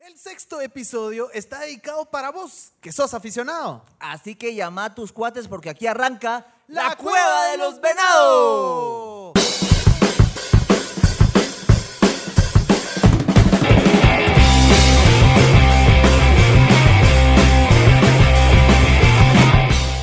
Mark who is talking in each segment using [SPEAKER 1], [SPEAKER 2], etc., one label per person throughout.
[SPEAKER 1] El sexto episodio está dedicado para vos, que sos aficionado.
[SPEAKER 2] Así que llama a tus cuates porque aquí arranca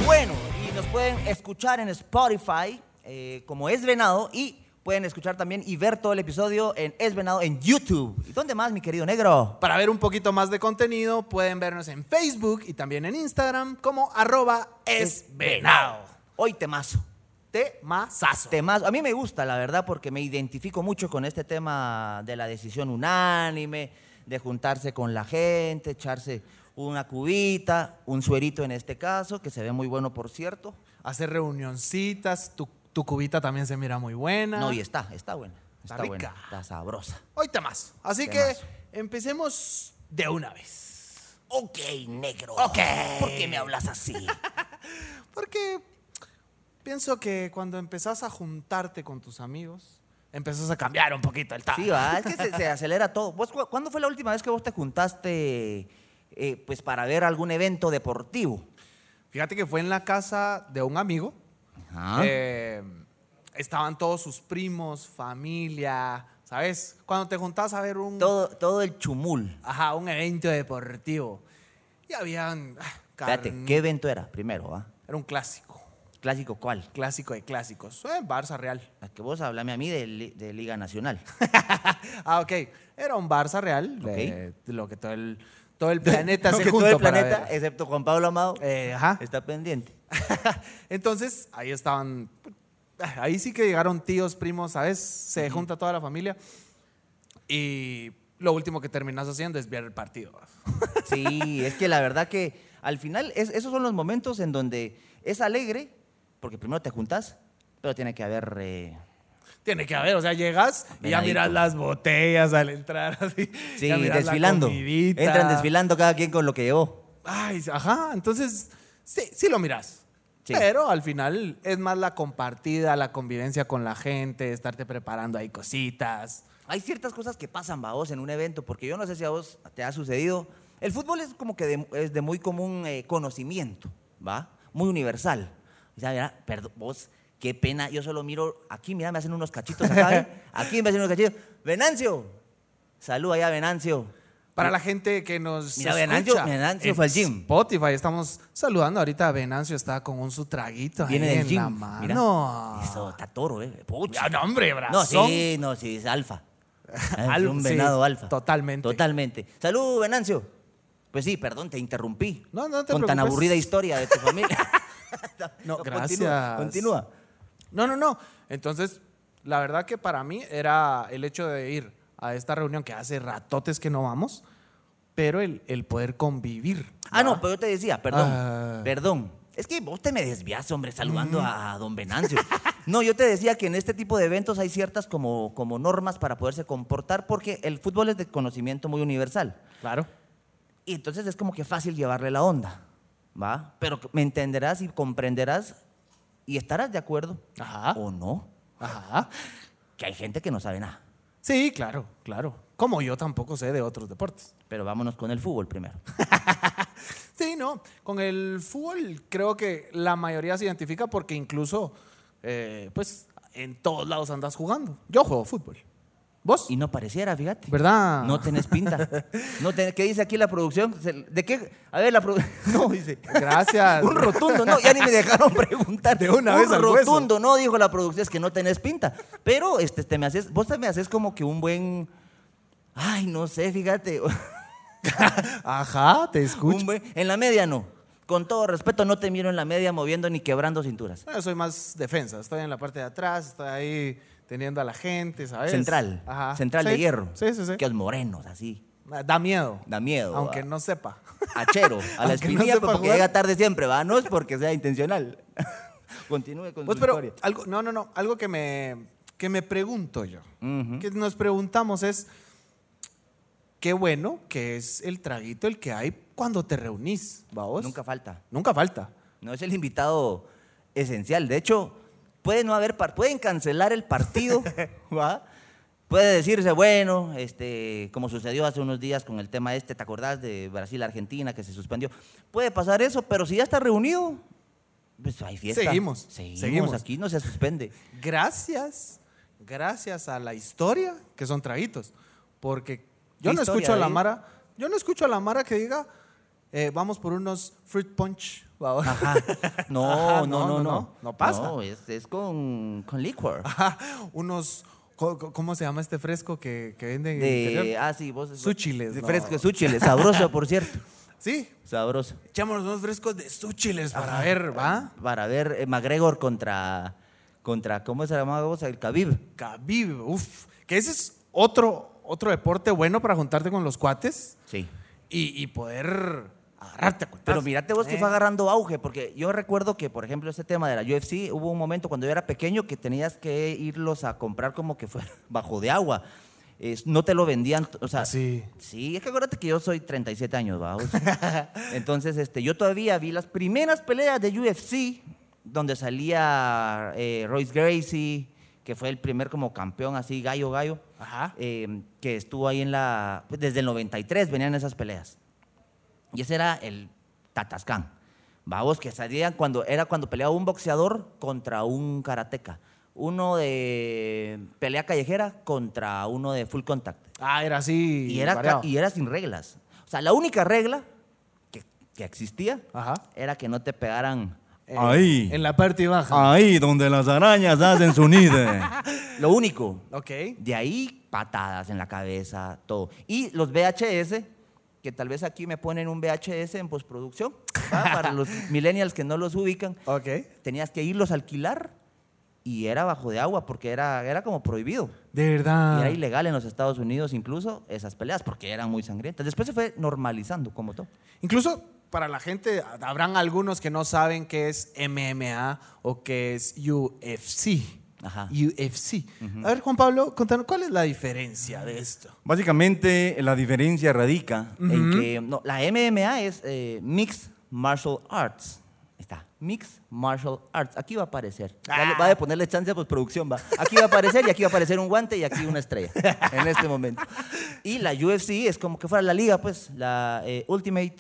[SPEAKER 2] Bueno, y nos pueden escuchar en Spotify eh, como Es Venado y pueden escuchar también y ver todo el episodio en Es Venado en YouTube. ¿Y dónde más, mi querido negro?
[SPEAKER 1] Para ver un poquito más de contenido, pueden vernos en Facebook y también en Instagram como arroba esvenado.
[SPEAKER 2] Hoy temazo.
[SPEAKER 1] Temazazo.
[SPEAKER 2] Temas, a mí me gusta, la verdad, porque me identifico mucho con este tema de la decisión unánime, de juntarse con la gente, echarse una cubita, un suerito en este caso, que se ve muy bueno, por cierto.
[SPEAKER 1] Hacer reunioncitas, tu, tu cubita también se mira muy buena.
[SPEAKER 2] No, y está, está buena. Está,
[SPEAKER 1] Está
[SPEAKER 2] buena,
[SPEAKER 1] rica.
[SPEAKER 2] está sabrosa.
[SPEAKER 1] Hoy temazo. Así
[SPEAKER 2] Temazo.
[SPEAKER 1] que empecemos de una vez.
[SPEAKER 2] Ok, negro.
[SPEAKER 1] Ok.
[SPEAKER 2] ¿Por qué me hablas así?
[SPEAKER 1] Porque pienso que cuando empezás a juntarte con tus amigos, empezás a cambiar un poquito el
[SPEAKER 2] sí,
[SPEAKER 1] tal.
[SPEAKER 2] va, es que se, se acelera todo. ¿Vos, cu- ¿Cuándo fue la última vez que vos te juntaste eh, pues para ver algún evento deportivo?
[SPEAKER 1] Fíjate que fue en la casa de un amigo.
[SPEAKER 2] Ajá.
[SPEAKER 1] Eh, estaban todos sus primos, familia, ¿sabes? Cuando te juntás a ver un,
[SPEAKER 2] todo, todo el chumul.
[SPEAKER 1] ajá, un evento deportivo. Y habían... ah,
[SPEAKER 2] Espérate,
[SPEAKER 1] carne-
[SPEAKER 2] ¿qué evento era primero? ah?
[SPEAKER 1] Era un clásico,
[SPEAKER 2] ¿Clásico cuál?
[SPEAKER 1] clásico de clásicos. Eh, Barça Real.
[SPEAKER 2] A que vos hablame a mí de, li- de Liga Nacional.
[SPEAKER 1] Ah, ok. Era un Barça Real, de- de lo que todo el, todo el planeta se
[SPEAKER 2] Porque todo
[SPEAKER 1] juntó
[SPEAKER 2] el
[SPEAKER 1] para
[SPEAKER 2] planeta,
[SPEAKER 1] ver.
[SPEAKER 2] excepto Juan Pablo Amado,
[SPEAKER 1] Eh, ajá.
[SPEAKER 2] está pendiente.
[SPEAKER 1] Entonces, ahí estaban. Ahí sí que llegaron tíos, primos, ¿sabes? Se junta toda la familia. Y lo último que terminas haciendo es ver el partido.
[SPEAKER 2] Sí, es que la verdad que al final es- esos son los momentos en donde es alegre, porque primero te juntas, pero tiene que haber... eh,
[SPEAKER 1] Tiene que haber, o sea, llegas y ya
[SPEAKER 2] Venadito.
[SPEAKER 1] miras las botellas al entrar así.
[SPEAKER 2] sí,
[SPEAKER 1] ya miras la
[SPEAKER 2] desfilando.
[SPEAKER 1] comidita.
[SPEAKER 2] Entran desfilando cada quien con lo que llevó.
[SPEAKER 1] Ay, ajá. Entonces, sí, sí lo miras.
[SPEAKER 2] Sí.
[SPEAKER 1] Pero al final es más la compartida, la convivencia con la gente, estarte preparando ahí cositas.
[SPEAKER 2] Hay ciertas cosas que pasan, va vos, en un evento, porque yo no sé si a vos te ha sucedido. El fútbol es como que de, es de muy común eh, conocimiento, ¿va? Muy universal. O sea, mira, perdón, vos, qué pena, yo solo miro aquí, mira, me hacen unos cachitos acá, ¿eh? aquí me hacen unos cachitos. Venancio, saluda ya, Venancio.
[SPEAKER 1] Para la gente que nos
[SPEAKER 2] Mira,
[SPEAKER 1] escucha
[SPEAKER 2] Venancio- Venancio
[SPEAKER 1] en
[SPEAKER 2] fue al gym.
[SPEAKER 1] Spotify estamos saludando ahorita. Venancio está con un su traguito ahí
[SPEAKER 2] Viene del
[SPEAKER 1] en
[SPEAKER 2] gym.
[SPEAKER 1] la
[SPEAKER 2] Mira,
[SPEAKER 1] mano.
[SPEAKER 2] eso está toro, ¿eh? Pucha.
[SPEAKER 1] Ya, no, hombre,
[SPEAKER 2] No,
[SPEAKER 1] brazón.
[SPEAKER 2] sí, no, sí, es alfa. Es
[SPEAKER 1] Alfa,
[SPEAKER 2] un
[SPEAKER 1] sí,
[SPEAKER 2] venado alfa.
[SPEAKER 1] totalmente.
[SPEAKER 2] Totalmente. Salud, Venancio. Pues sí, perdón, te interrumpí.
[SPEAKER 1] No, no te
[SPEAKER 2] Con tan
[SPEAKER 1] preocupes.
[SPEAKER 2] aburrida historia de tu familia.
[SPEAKER 1] No,
[SPEAKER 2] continúa,
[SPEAKER 1] gracias.
[SPEAKER 2] Continúa.
[SPEAKER 1] No, no, no. Entonces, la verdad que para mí era el hecho de ir a esta reunión que hace ratotes que no vamos, pero el, el poder convivir.
[SPEAKER 2] Ah, no,
[SPEAKER 1] ¿va?
[SPEAKER 2] pero yo te decía, perdón.
[SPEAKER 1] Ah. Mm.
[SPEAKER 2] Perdón. Es que vos te me desvías, hombre, saludando a, a don Venancio. No, yo te decía que en este tipo de eventos hay ciertas como, como normas para poderse comportar porque el fútbol es de conocimiento muy universal.
[SPEAKER 1] Claro.
[SPEAKER 2] Y entonces es como que fácil llevarle la onda, ¿va? Pero me entenderás y comprenderás y estarás de acuerdo
[SPEAKER 1] Ajá.
[SPEAKER 2] o no,
[SPEAKER 1] Ajá.
[SPEAKER 2] que hay gente que no sabe nada.
[SPEAKER 1] Sí, claro, claro. Como yo tampoco sé de otros deportes.
[SPEAKER 2] Pero vámonos con el fútbol primero.
[SPEAKER 1] Sí, no. Con el fútbol creo que la mayoría se identifica porque incluso, eh, pues, en todos lados andas jugando. Yo juego fútbol. ¿Vos?
[SPEAKER 2] Y no pareciera, fíjate.
[SPEAKER 1] ¿Verdad?
[SPEAKER 2] No tenés pinta. No tenés- ¿Qué dice aquí la producción? Se- ¿De qué? A ver, la producción. No, dice.
[SPEAKER 1] Gracias.
[SPEAKER 2] Un rotundo, no, ya ni me dejaron preguntar.
[SPEAKER 1] De una
[SPEAKER 2] un
[SPEAKER 1] vez al hueso.
[SPEAKER 2] rotundo, no, dijo la producción, es que no tenés pinta. Pero este, te me haces, vos te me haces como que un buen. Ay, no sé, fíjate.
[SPEAKER 1] Ajá, te
[SPEAKER 2] Un
[SPEAKER 1] escucho.
[SPEAKER 2] buen- en la media no. Con todo respeto, no te miro en la media moviendo ni quebrando cinturas.
[SPEAKER 1] Bueno, soy más defensa. Estoy en la parte de atrás, estoy ahí teniendo a la gente, ¿sabes?
[SPEAKER 2] Central.
[SPEAKER 1] Ajá.
[SPEAKER 2] Central
[SPEAKER 1] Sí,
[SPEAKER 2] de hierro.
[SPEAKER 1] Sí, sí, sí.
[SPEAKER 2] Que los morenos, así.
[SPEAKER 1] Da miedo.
[SPEAKER 2] Da miedo, ah.
[SPEAKER 1] Aunque
[SPEAKER 2] va.
[SPEAKER 1] no sepa.
[SPEAKER 2] Achero, a la
[SPEAKER 1] Aunque no
[SPEAKER 2] espinilla,
[SPEAKER 1] sepa
[SPEAKER 2] pero porque
[SPEAKER 1] jugar.
[SPEAKER 2] llega tarde siempre, ¿va? No es porque sea intencional. Continúe con
[SPEAKER 1] Pues,
[SPEAKER 2] su
[SPEAKER 1] pero
[SPEAKER 2] historia.
[SPEAKER 1] algo, no, no, no, algo que me, que me pregunto yo,
[SPEAKER 2] Ujú.
[SPEAKER 1] que nos preguntamos es, qué bueno que es el traguito el que hay cuando te reunís, ¿va vos?
[SPEAKER 2] Nunca falta.
[SPEAKER 1] Nunca falta.
[SPEAKER 2] No es el invitado esencial. De hecho, puede no haber par- pueden cancelar el partido, ¿va? Puede decirse, bueno, este, como sucedió hace unos días con el tema este, ¿te acordás de Brasil-Argentina que se suspendió? Puede pasar eso, pero si ya está reunido, pues hay fiesta.
[SPEAKER 1] Seguimos,
[SPEAKER 2] Seguimos,
[SPEAKER 1] seguimos.
[SPEAKER 2] aquí no se suspende.
[SPEAKER 1] Gracias, gracias a la historia, que son traguitos. Porque yo
[SPEAKER 2] ¿Qué
[SPEAKER 1] no
[SPEAKER 2] historia, ¿eh?
[SPEAKER 1] escucho a la
[SPEAKER 2] David?
[SPEAKER 1] Mara, yo no escucho a la Mara que diga, eh, vamos por unos fruit punch. va ahora".
[SPEAKER 2] Ajá. No,
[SPEAKER 1] Ajá,
[SPEAKER 2] no, no, no,
[SPEAKER 1] Ah, no, no pasa.
[SPEAKER 2] No, es, es con, con liquor.
[SPEAKER 1] Ajá, unos, co- co- ¿cómo se llama este fresco que, que venden en el
[SPEAKER 2] De,
[SPEAKER 1] interior?
[SPEAKER 2] ah, sí, vos. vos-
[SPEAKER 1] Súchiles,
[SPEAKER 2] de
[SPEAKER 1] no.
[SPEAKER 2] Fresco, súchiles. Sabroso, por cierto.
[SPEAKER 1] Sí,
[SPEAKER 2] Sabroso.
[SPEAKER 1] echámonos unos frescos de súchiles para ver, ¿va?
[SPEAKER 2] Para ver eh, McGregor contra, contra, ¿cómo se llamaba vos? El Khabib.
[SPEAKER 1] Khabib, uff, que ese es otro, otro deporte bueno para juntarte con los cuates
[SPEAKER 2] Sí.
[SPEAKER 1] y, y poder agarrarte a cuentas.
[SPEAKER 2] Pero mirate vos que
[SPEAKER 1] Eh.
[SPEAKER 2] fue agarrando auge, porque yo recuerdo que, por ejemplo, este tema de la UFC, hubo un momento cuando yo era pequeño que tenías que irlos a comprar como que fuera bajo de agua. Es- no te lo vendían, t- o sea,
[SPEAKER 1] Sí.
[SPEAKER 2] Sí, es que acuérdate que yo soy 37 años, vamos. Entonces, este, yo todavía vi las primeras peleas de UFC donde salía eh, Royce Gracie, que fue el primer como campeón así, gallo, gallo,
[SPEAKER 1] Ajá.
[SPEAKER 2] eh, que estuvo ahí en la... pues, Desde el 93 venían esas peleas. Y ese era el Tatascán. Vamos, que salían cuando era cuando peleaba un boxeador contra un karateca. Uno de pelea callejera contra uno de full contact.
[SPEAKER 1] Ah, era así.
[SPEAKER 2] Y era,
[SPEAKER 1] variado.
[SPEAKER 2] ca- y era sin reglas. O sea, la única regla que, que existía
[SPEAKER 1] Ajá.
[SPEAKER 2] era que no te pegaran.
[SPEAKER 1] Eh,
[SPEAKER 3] Ahí.
[SPEAKER 1] En la parte baja.
[SPEAKER 3] Ahí donde las arañas hacen su nido.
[SPEAKER 2] Lo único.
[SPEAKER 1] Ok.
[SPEAKER 2] De ahí, patadas en la cabeza, todo. Y los VHS, que tal vez aquí me ponen un VHS en postproducción, ¿va? para los millennials que no los ubican,
[SPEAKER 1] Ok.
[SPEAKER 2] tenías que irlos a alquilar y era bajo de agua porque era, era como prohibido.
[SPEAKER 1] De
[SPEAKER 2] Y era
[SPEAKER 1] verdad.
[SPEAKER 2] ilegal en los Estados Unidos incluso esas peleas porque eran muy sangrientas. Después se fue normalizando como todo.
[SPEAKER 1] Incluso para la gente, habrán algunos que no saben qué es MMA o qué es UFC.
[SPEAKER 2] Ajá.
[SPEAKER 1] UFC. A ver, Juan Pablo, contanos, ¿cuál es la diferencia de esto?
[SPEAKER 3] Básicamente, la diferencia radica
[SPEAKER 2] en que no, la MMA es eh, Mixed Martial Arts. Ahí Está, Mixed Martial Arts. Aquí va a aparecer. Ya le-
[SPEAKER 1] Ah.
[SPEAKER 2] Va a ponerle chance a postproducción, va. Aquí va a aparecer y aquí va a aparecer un guante y aquí una estrella en este momento. Y la UFC es como que fuera la liga, pues, la eh, Ultimate,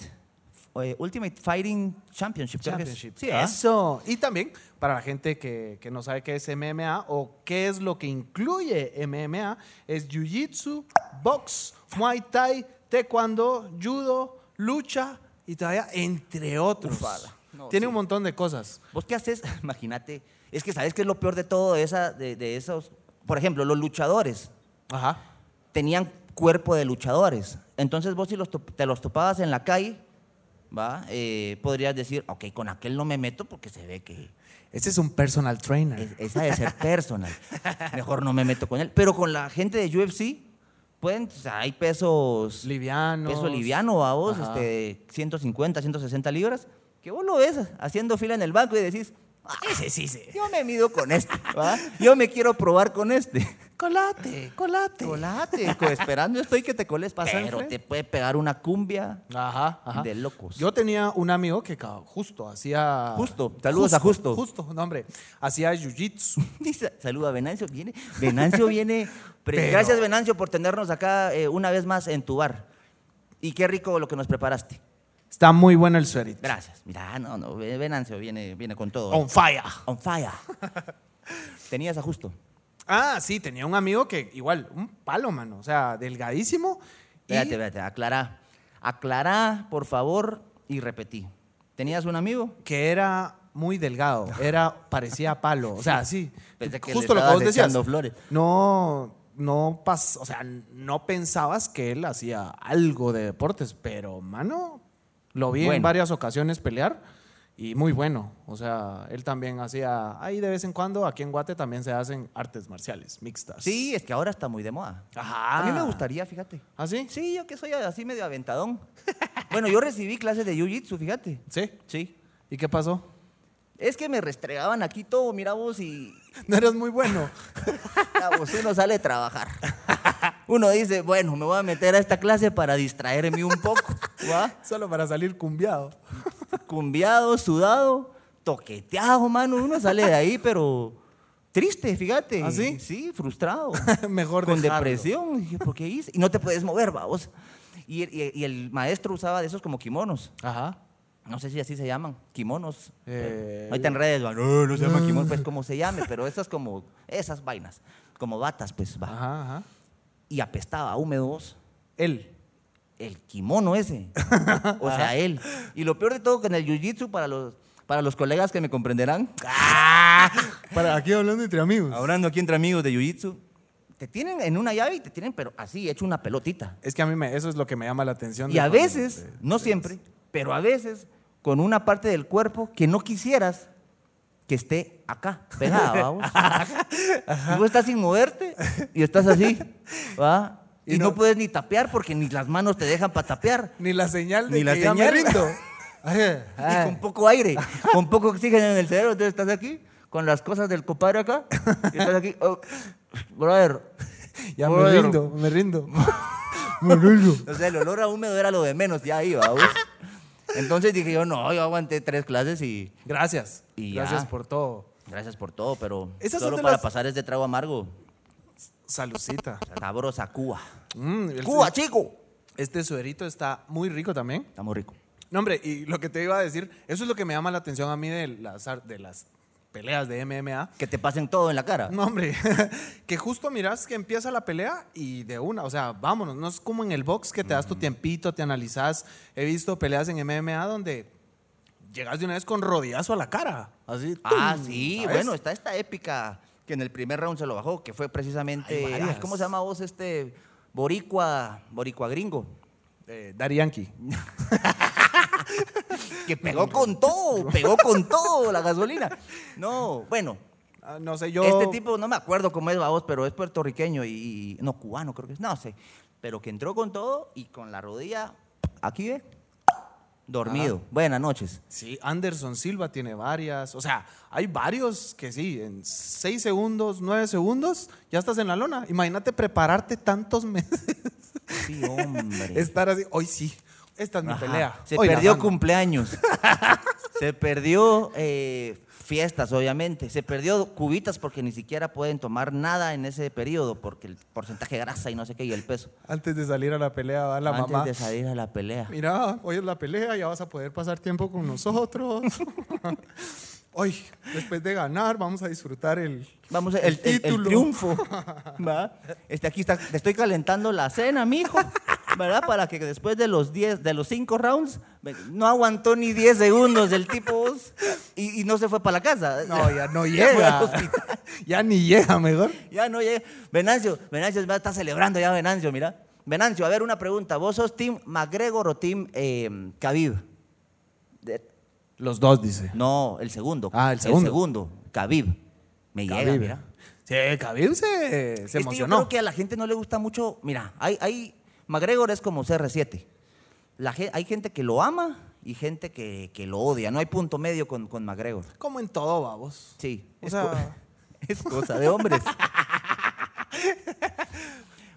[SPEAKER 2] eh, Ultimate Fighting Championship. creo que es.
[SPEAKER 1] Championship.
[SPEAKER 2] Sí, ¿ah?
[SPEAKER 1] Eso. Y también para la gente que, que no sabe qué es MMA o qué es lo que incluye MMA, es Jiu-Jitsu, Box, Muay Thai, Taekwondo, Judo, Lucha y todavía entre otros.
[SPEAKER 2] Ufala. No,
[SPEAKER 1] Tiene
[SPEAKER 2] sí.
[SPEAKER 1] un montón de cosas.
[SPEAKER 2] ¿Vos qué haces? Imagínate. Es que, ¿sabes qué es lo peor de todo de, esa, de, de esos? Por ejemplo, los luchadores.
[SPEAKER 1] Ajá.
[SPEAKER 2] tenían cuerpo de luchadores. Entonces vos si los top- te los topabas en la calle, ¿va? Eh, podrías decir, ok, con aquel no me meto porque se ve que
[SPEAKER 1] Ese es un personal trainer.
[SPEAKER 2] es- esa de ser personal. Mejor no me meto con él. Pero con la gente de UFC, pueden, o sea, hay pesos...
[SPEAKER 1] liviano.
[SPEAKER 2] Peso liviano a vos,
[SPEAKER 1] Ajá.
[SPEAKER 2] este, 150, 160 libras, que vos lo ves haciendo fila en el banco y decís, "Ah, ese sí, sí. yo me mido con este, ¿va? yo me quiero probar con este.
[SPEAKER 1] Colate, colate.
[SPEAKER 2] Colate, co- esperando estoy que te coles
[SPEAKER 1] Pero
[SPEAKER 2] Pero te puede pegar una cumbia.
[SPEAKER 1] Ajá, ajá.
[SPEAKER 2] De locos.
[SPEAKER 1] Yo tenía un amigo que ca- justo hacía.
[SPEAKER 2] Justo, saludos a Justo.
[SPEAKER 1] Justo, no, hombre. Hacía jiu-jitsu.
[SPEAKER 2] Dice, saluda a Venancio, viene. Venancio viene. pre-
[SPEAKER 1] Pero-
[SPEAKER 2] Gracias, Venancio, por tenernos acá eh, una vez más en tu bar. Y qué rico lo que nos preparaste.
[SPEAKER 1] Está muy bueno el suerito.
[SPEAKER 2] Gracias. Mira, ah, no, no, Ve- Venancio viene, viene con todo.
[SPEAKER 1] On fire.
[SPEAKER 2] On fire. Tenías a justo.
[SPEAKER 1] Ah, sí, tenía un amigo que igual, un palo, mano. O sea, delgadísimo. y-
[SPEAKER 2] Espérate, espérate, aclará. Aclará, por favor, y repetí. ¿Tenías un amigo?
[SPEAKER 1] que era muy delgado, era parecía a palo, o sea, sí.
[SPEAKER 2] Pensé que le
[SPEAKER 1] justo lo que
[SPEAKER 2] estabas
[SPEAKER 1] vos decías.
[SPEAKER 2] echando flores.
[SPEAKER 1] No, no pas, o sea, no pensabas que él hacía algo de deportes, pero mano, lo vi en
[SPEAKER 2] Bueno.
[SPEAKER 1] varias ocasiones pelear y muy bueno, o sea, él también hacía ahí de vez en cuando aquí en Guate también se hacen artes marciales mixtas.
[SPEAKER 2] Sí, es que ahora está muy de moda.
[SPEAKER 1] Ajá.
[SPEAKER 2] A mí me gustaría, fíjate.
[SPEAKER 1] ¿Ah, sí?
[SPEAKER 2] Sí, yo que soy así medio aventadón. bueno, yo recibí clases de jiu-jitsu, fíjate.
[SPEAKER 1] ¿Sí?
[SPEAKER 2] Sí.
[SPEAKER 1] ¿Y qué pasó?
[SPEAKER 2] Es que me restregaban aquí todo, mira vos, y
[SPEAKER 1] No eras muy bueno.
[SPEAKER 2] ah, vos, uno sale a trabajar. Uno dice, bueno, me voy a meter a esta clase para distraerme un poco, ¿va?
[SPEAKER 1] Solo para salir cumbiado.
[SPEAKER 2] Cumbiado, sudado, toqueteado, mano. Uno sale de ahí, pero, Triste, fíjate.
[SPEAKER 1] ¿Ah, sí?
[SPEAKER 2] Sí, frustrado.
[SPEAKER 1] Mejor
[SPEAKER 2] con
[SPEAKER 1] dejarlo.
[SPEAKER 2] depresión. Dije, ¿por qué hice? Y no te puedes mover, vamos. Y, el- y- y el maestro usaba de esos como kimonos.
[SPEAKER 1] Ajá.
[SPEAKER 2] No sé si así se llaman, kimonos.
[SPEAKER 1] Eh,
[SPEAKER 2] Ahorita en redes, van, no, no se
[SPEAKER 1] Ah.
[SPEAKER 2] llama kimono, pues como se llame, pero esas como, esas vainas, como batas, pues va.
[SPEAKER 1] Ajá, ajá.
[SPEAKER 2] Y apestaba a húmedo vos,
[SPEAKER 1] Él.
[SPEAKER 2] el kimono ese. O sea, él. Y lo peor de todo, que en el jiu-jitsu, para los, para los colegas que me comprenderán,
[SPEAKER 1] Para aquí hablando entre amigos.
[SPEAKER 3] Hablando aquí entre amigos de Jiu-Jitsu,
[SPEAKER 2] te tienen en una llave y te tienen, pero así, hecho una pelotita.
[SPEAKER 1] es que a mí me- eso es lo que me llama la atención.
[SPEAKER 2] Y
[SPEAKER 1] de
[SPEAKER 2] a
[SPEAKER 1] cuando-
[SPEAKER 2] veces,
[SPEAKER 1] de-
[SPEAKER 2] no
[SPEAKER 1] de-
[SPEAKER 2] siempre, pero a veces con una parte del cuerpo que no quisieras que esté acá, pegada, vamos. Y vos estás sin moverte y estás así, ¿va?
[SPEAKER 1] Y
[SPEAKER 2] Y, no,
[SPEAKER 1] no-
[SPEAKER 2] puedes ni tapear porque ni las manos te dejan para tapear.
[SPEAKER 1] Ni la señal de
[SPEAKER 3] Ni la
[SPEAKER 1] que ya me
[SPEAKER 3] señal.
[SPEAKER 1] rindo. Ay,
[SPEAKER 2] Y
[SPEAKER 1] ay.
[SPEAKER 2] con poco aire, con poco oxígeno en el cerebro, entonces estás aquí con las cosas del compadre acá y estás aquí, oh, brother.
[SPEAKER 1] ya me
[SPEAKER 2] brother,
[SPEAKER 1] rindo, me rindo. me rindo.
[SPEAKER 2] O sea, el olor a húmedo era lo de menos, ya iba, vos. Entonces dije yo, no, yo aguanté tres clases y
[SPEAKER 1] Gracias.
[SPEAKER 2] Y
[SPEAKER 1] Gracias
[SPEAKER 2] ya.
[SPEAKER 1] por todo.
[SPEAKER 2] gracias por todo, pero
[SPEAKER 1] Esas son
[SPEAKER 2] solo
[SPEAKER 1] de
[SPEAKER 2] para
[SPEAKER 1] las-
[SPEAKER 2] pasar este trago amargo,
[SPEAKER 1] Salucita.
[SPEAKER 2] sabrosa Cuba.
[SPEAKER 1] Mm, el-
[SPEAKER 2] ¡Cuba, chico!
[SPEAKER 1] Este suerito está muy rico también.
[SPEAKER 2] Está muy rico.
[SPEAKER 1] No, hombre, y lo que te iba a decir, eso es lo que me llama la atención a mí de las, ar- de las peleas de MMA.
[SPEAKER 2] Que te pasen todo en la cara.
[SPEAKER 1] No, hombre, que justo miras que empieza la pelea y de una, o sea, vámonos, no es como en el box que te das tu tiempito, te analizas. He visto peleas en MMA donde llegas de una vez con rodillazo a la cara, así.
[SPEAKER 2] ah,
[SPEAKER 1] ¡tum!
[SPEAKER 2] sí,
[SPEAKER 1] ¿sabes?
[SPEAKER 2] bueno, está esta épica que en el primer round se lo bajó, que fue precisamente...
[SPEAKER 1] Hay varias.
[SPEAKER 2] ay, ¿Cómo se llama vos este boricua, boricua gringo?
[SPEAKER 1] Eh, Daddy Yankee.
[SPEAKER 2] Que pegó con todo, pegó con todo la gasolina. No, bueno,
[SPEAKER 1] Ah, No sé, yo.
[SPEAKER 2] Este tipo, no me acuerdo cómo es Babos, pero es puertorriqueño y, y- No, cubano creo que es, no sé. Pero que entró con todo y con la rodilla, aquí ve, dormido. Buenas noches.
[SPEAKER 1] Sí, Anderson Silva tiene varias. O sea, hay varios que sí, en 6 segundos, 9 segundos, ya estás en la lona. Imagínate prepararte tantos meses,
[SPEAKER 2] Sí, hombre.
[SPEAKER 1] estar así. Hoy sí, esta es mi
[SPEAKER 2] Ajá.
[SPEAKER 1] pelea.
[SPEAKER 2] Se
[SPEAKER 1] Hoy la
[SPEAKER 2] perdió
[SPEAKER 1] gano.
[SPEAKER 2] cumpleaños. se perdió eh, fiestas, obviamente. Se perdió cubitas porque ni siquiera pueden tomar nada en ese periodo porque el porcentaje de grasa y no sé qué y el peso.
[SPEAKER 1] Antes de salir a la pelea, va la
[SPEAKER 2] Antes
[SPEAKER 1] mamá.
[SPEAKER 2] de salir a la pelea.
[SPEAKER 1] Mira, hoy es la pelea, ya vas a poder pasar tiempo con nosotros. hoy, después de ganar, vamos a disfrutar el,
[SPEAKER 2] Vamos, el, el- el
[SPEAKER 1] título.
[SPEAKER 2] triunfo. ¿va? Este, aquí está, te estoy calentando la cena, mijo. ¿Verdad? Para que después de los 10, de los 5 rounds, ve- no aguantó ni 10 segundos el tipo vos, y, y no se fue para la casa.
[SPEAKER 1] No, ya no
[SPEAKER 2] fue al
[SPEAKER 1] llega.
[SPEAKER 2] hospital.
[SPEAKER 1] ya ni llega, mejor.
[SPEAKER 2] Ya no llega. Venancio, Venancio va- está celebrando ya Venancio, mira. Venancio, a ver una pregunta. ¿Vos sos Team McGregor o Team eh, Khabib? De-
[SPEAKER 1] Los dos, dice.
[SPEAKER 2] no, el segundo.
[SPEAKER 1] Ah, el segundo.
[SPEAKER 2] El segundo, Khabib. Me llega,
[SPEAKER 1] Khabib.
[SPEAKER 2] mira.
[SPEAKER 1] Sí, Khabib se, se
[SPEAKER 2] Es que
[SPEAKER 1] emocionó.
[SPEAKER 2] yo creo que a la gente no le gusta mucho. Mira, hay, hay McGregor es como CR7. La, ge- hay gente que lo ama y gente que, que lo odia. No hay punto medio con, con McGregor.
[SPEAKER 1] Como en todo, babos.
[SPEAKER 2] Sí.
[SPEAKER 1] O
[SPEAKER 2] es
[SPEAKER 1] sea-
[SPEAKER 2] co- es cosa de hombres.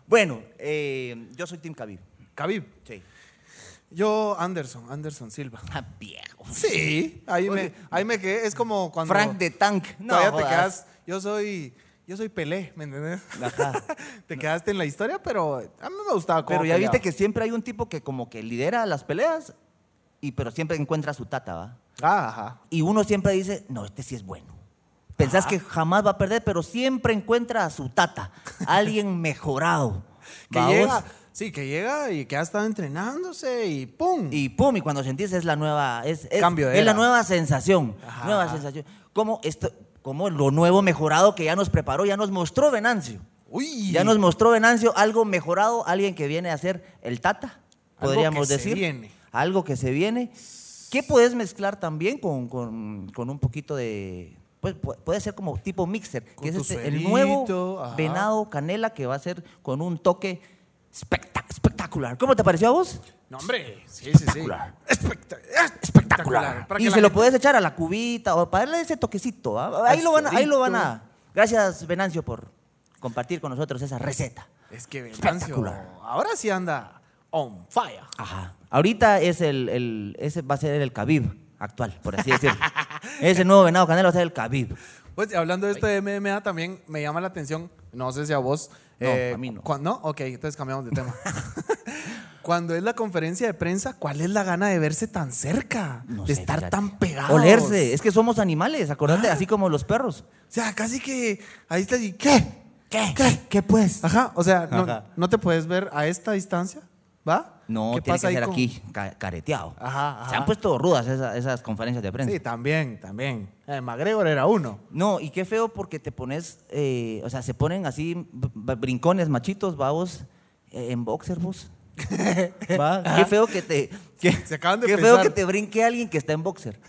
[SPEAKER 2] bueno, eh, yo soy Tim Khabib.
[SPEAKER 1] Khabib.
[SPEAKER 2] Sí.
[SPEAKER 1] Yo, Anderson, Anderson Silva.
[SPEAKER 2] Ah, viejo.
[SPEAKER 1] Sí, ahí me, ahí me quedé. Es como cuando.
[SPEAKER 2] Frank de Tank. No,
[SPEAKER 1] todavía te
[SPEAKER 2] jodas.
[SPEAKER 1] quedas. Yo soy. Yo soy Pelé, ¿me entendés?
[SPEAKER 2] Ajá.
[SPEAKER 1] te quedaste en la historia, pero a mí me gustaba cómo
[SPEAKER 2] Pero ya viste
[SPEAKER 1] peleaba.
[SPEAKER 2] que siempre hay un tipo que como que lidera las peleas, y pero siempre encuentra a su tata, ¿va?
[SPEAKER 1] Ah, ajá.
[SPEAKER 2] Y uno siempre dice, no, este sí es bueno. Pensás que jamás va a perder, pero siempre encuentra a su tata, alguien mejorado.
[SPEAKER 1] Que
[SPEAKER 2] ¿va vos?
[SPEAKER 1] llega. Sí, que llega y que ha estado entrenándose y ¡pum!
[SPEAKER 2] Y pum, y cuando sentís es la nueva, es, es-
[SPEAKER 1] Cambio de
[SPEAKER 2] es la
[SPEAKER 1] era.
[SPEAKER 2] nueva sensación.
[SPEAKER 1] Ajá.
[SPEAKER 2] Nueva sensación. Como esto, como lo nuevo mejorado que ya nos preparó, ya nos mostró Venancio.
[SPEAKER 1] Uy.
[SPEAKER 2] Ya nos mostró Venancio algo mejorado, alguien que viene a ser el Tata,
[SPEAKER 1] Algo
[SPEAKER 2] podríamos
[SPEAKER 1] que se
[SPEAKER 2] decir.
[SPEAKER 1] viene.
[SPEAKER 2] Algo que se viene. ¿Qué puedes mezclar también con, con- con un poquito de. Pues, pu- puede ser como tipo mixer,
[SPEAKER 1] Con
[SPEAKER 2] que es
[SPEAKER 1] tu
[SPEAKER 2] este- el
[SPEAKER 1] suerito,
[SPEAKER 2] nuevo
[SPEAKER 1] ajá.
[SPEAKER 2] venado canela que va a ser con un toque espectac- espectacular. ¿Cómo te pareció a vos?
[SPEAKER 1] No, hombre. Sí, sí, sí.
[SPEAKER 2] Espectacular.
[SPEAKER 1] Especta- espectacular. Para
[SPEAKER 2] Y
[SPEAKER 1] que
[SPEAKER 2] se
[SPEAKER 1] la
[SPEAKER 2] lo
[SPEAKER 1] gente-
[SPEAKER 2] puedes echar a la cubita o para darle ese toquecito. ¿ah? Ahí, lo van, a- ahí lo van a. Gracias, Venancio, por compartir con nosotros esa receta.
[SPEAKER 1] Es que Venancio.
[SPEAKER 2] Espectacular.
[SPEAKER 1] Ahora sí anda on fire.
[SPEAKER 2] Ajá. Ahorita es el, el- ese va a ser el Khabib actual, por así decirlo. ese nuevo venado canelo va a ser el Khabib.
[SPEAKER 1] Pues hablando de esto de MMA, también me llama la atención, no sé si a vos.
[SPEAKER 2] No, a mí no.
[SPEAKER 1] cu- ¿No? Ok, entonces cambiamos de tema. Cuando es la conferencia de prensa, ¿cuál es la gana de verse tan cerca?
[SPEAKER 2] No
[SPEAKER 1] de
[SPEAKER 2] sé,
[SPEAKER 1] estar
[SPEAKER 2] fíjate.
[SPEAKER 1] tan pegados.
[SPEAKER 2] Olerse, es que somos animales, acordate, así como los perros.
[SPEAKER 1] O sea, casi que ahí está y ¿qué?
[SPEAKER 2] ¿Qué? ¿Qué? pues?
[SPEAKER 1] Ajá, o sea, no,
[SPEAKER 2] Ajá.
[SPEAKER 1] no te puedes ver a esta distancia, ¿va?
[SPEAKER 2] No,
[SPEAKER 1] ¿Qué
[SPEAKER 2] tiene
[SPEAKER 1] pasa ahí
[SPEAKER 2] que ser
[SPEAKER 1] con-
[SPEAKER 2] aquí, ca- careteado.
[SPEAKER 1] Ajá,
[SPEAKER 2] Se
[SPEAKER 1] ajá.
[SPEAKER 2] han puesto rudas esa- esas conferencias de prensa.
[SPEAKER 1] Sí, también, también. Eh, McGregor era uno.
[SPEAKER 2] No, y qué feo porque te pones, eh, o sea, se ponen así b- b- brincones, machitos, babos, eh, en boxer vos. Va, Qué feo que te. que-
[SPEAKER 1] Se acaban de
[SPEAKER 2] Qué feo
[SPEAKER 1] pensar.
[SPEAKER 2] que te brinque alguien que está en boxer.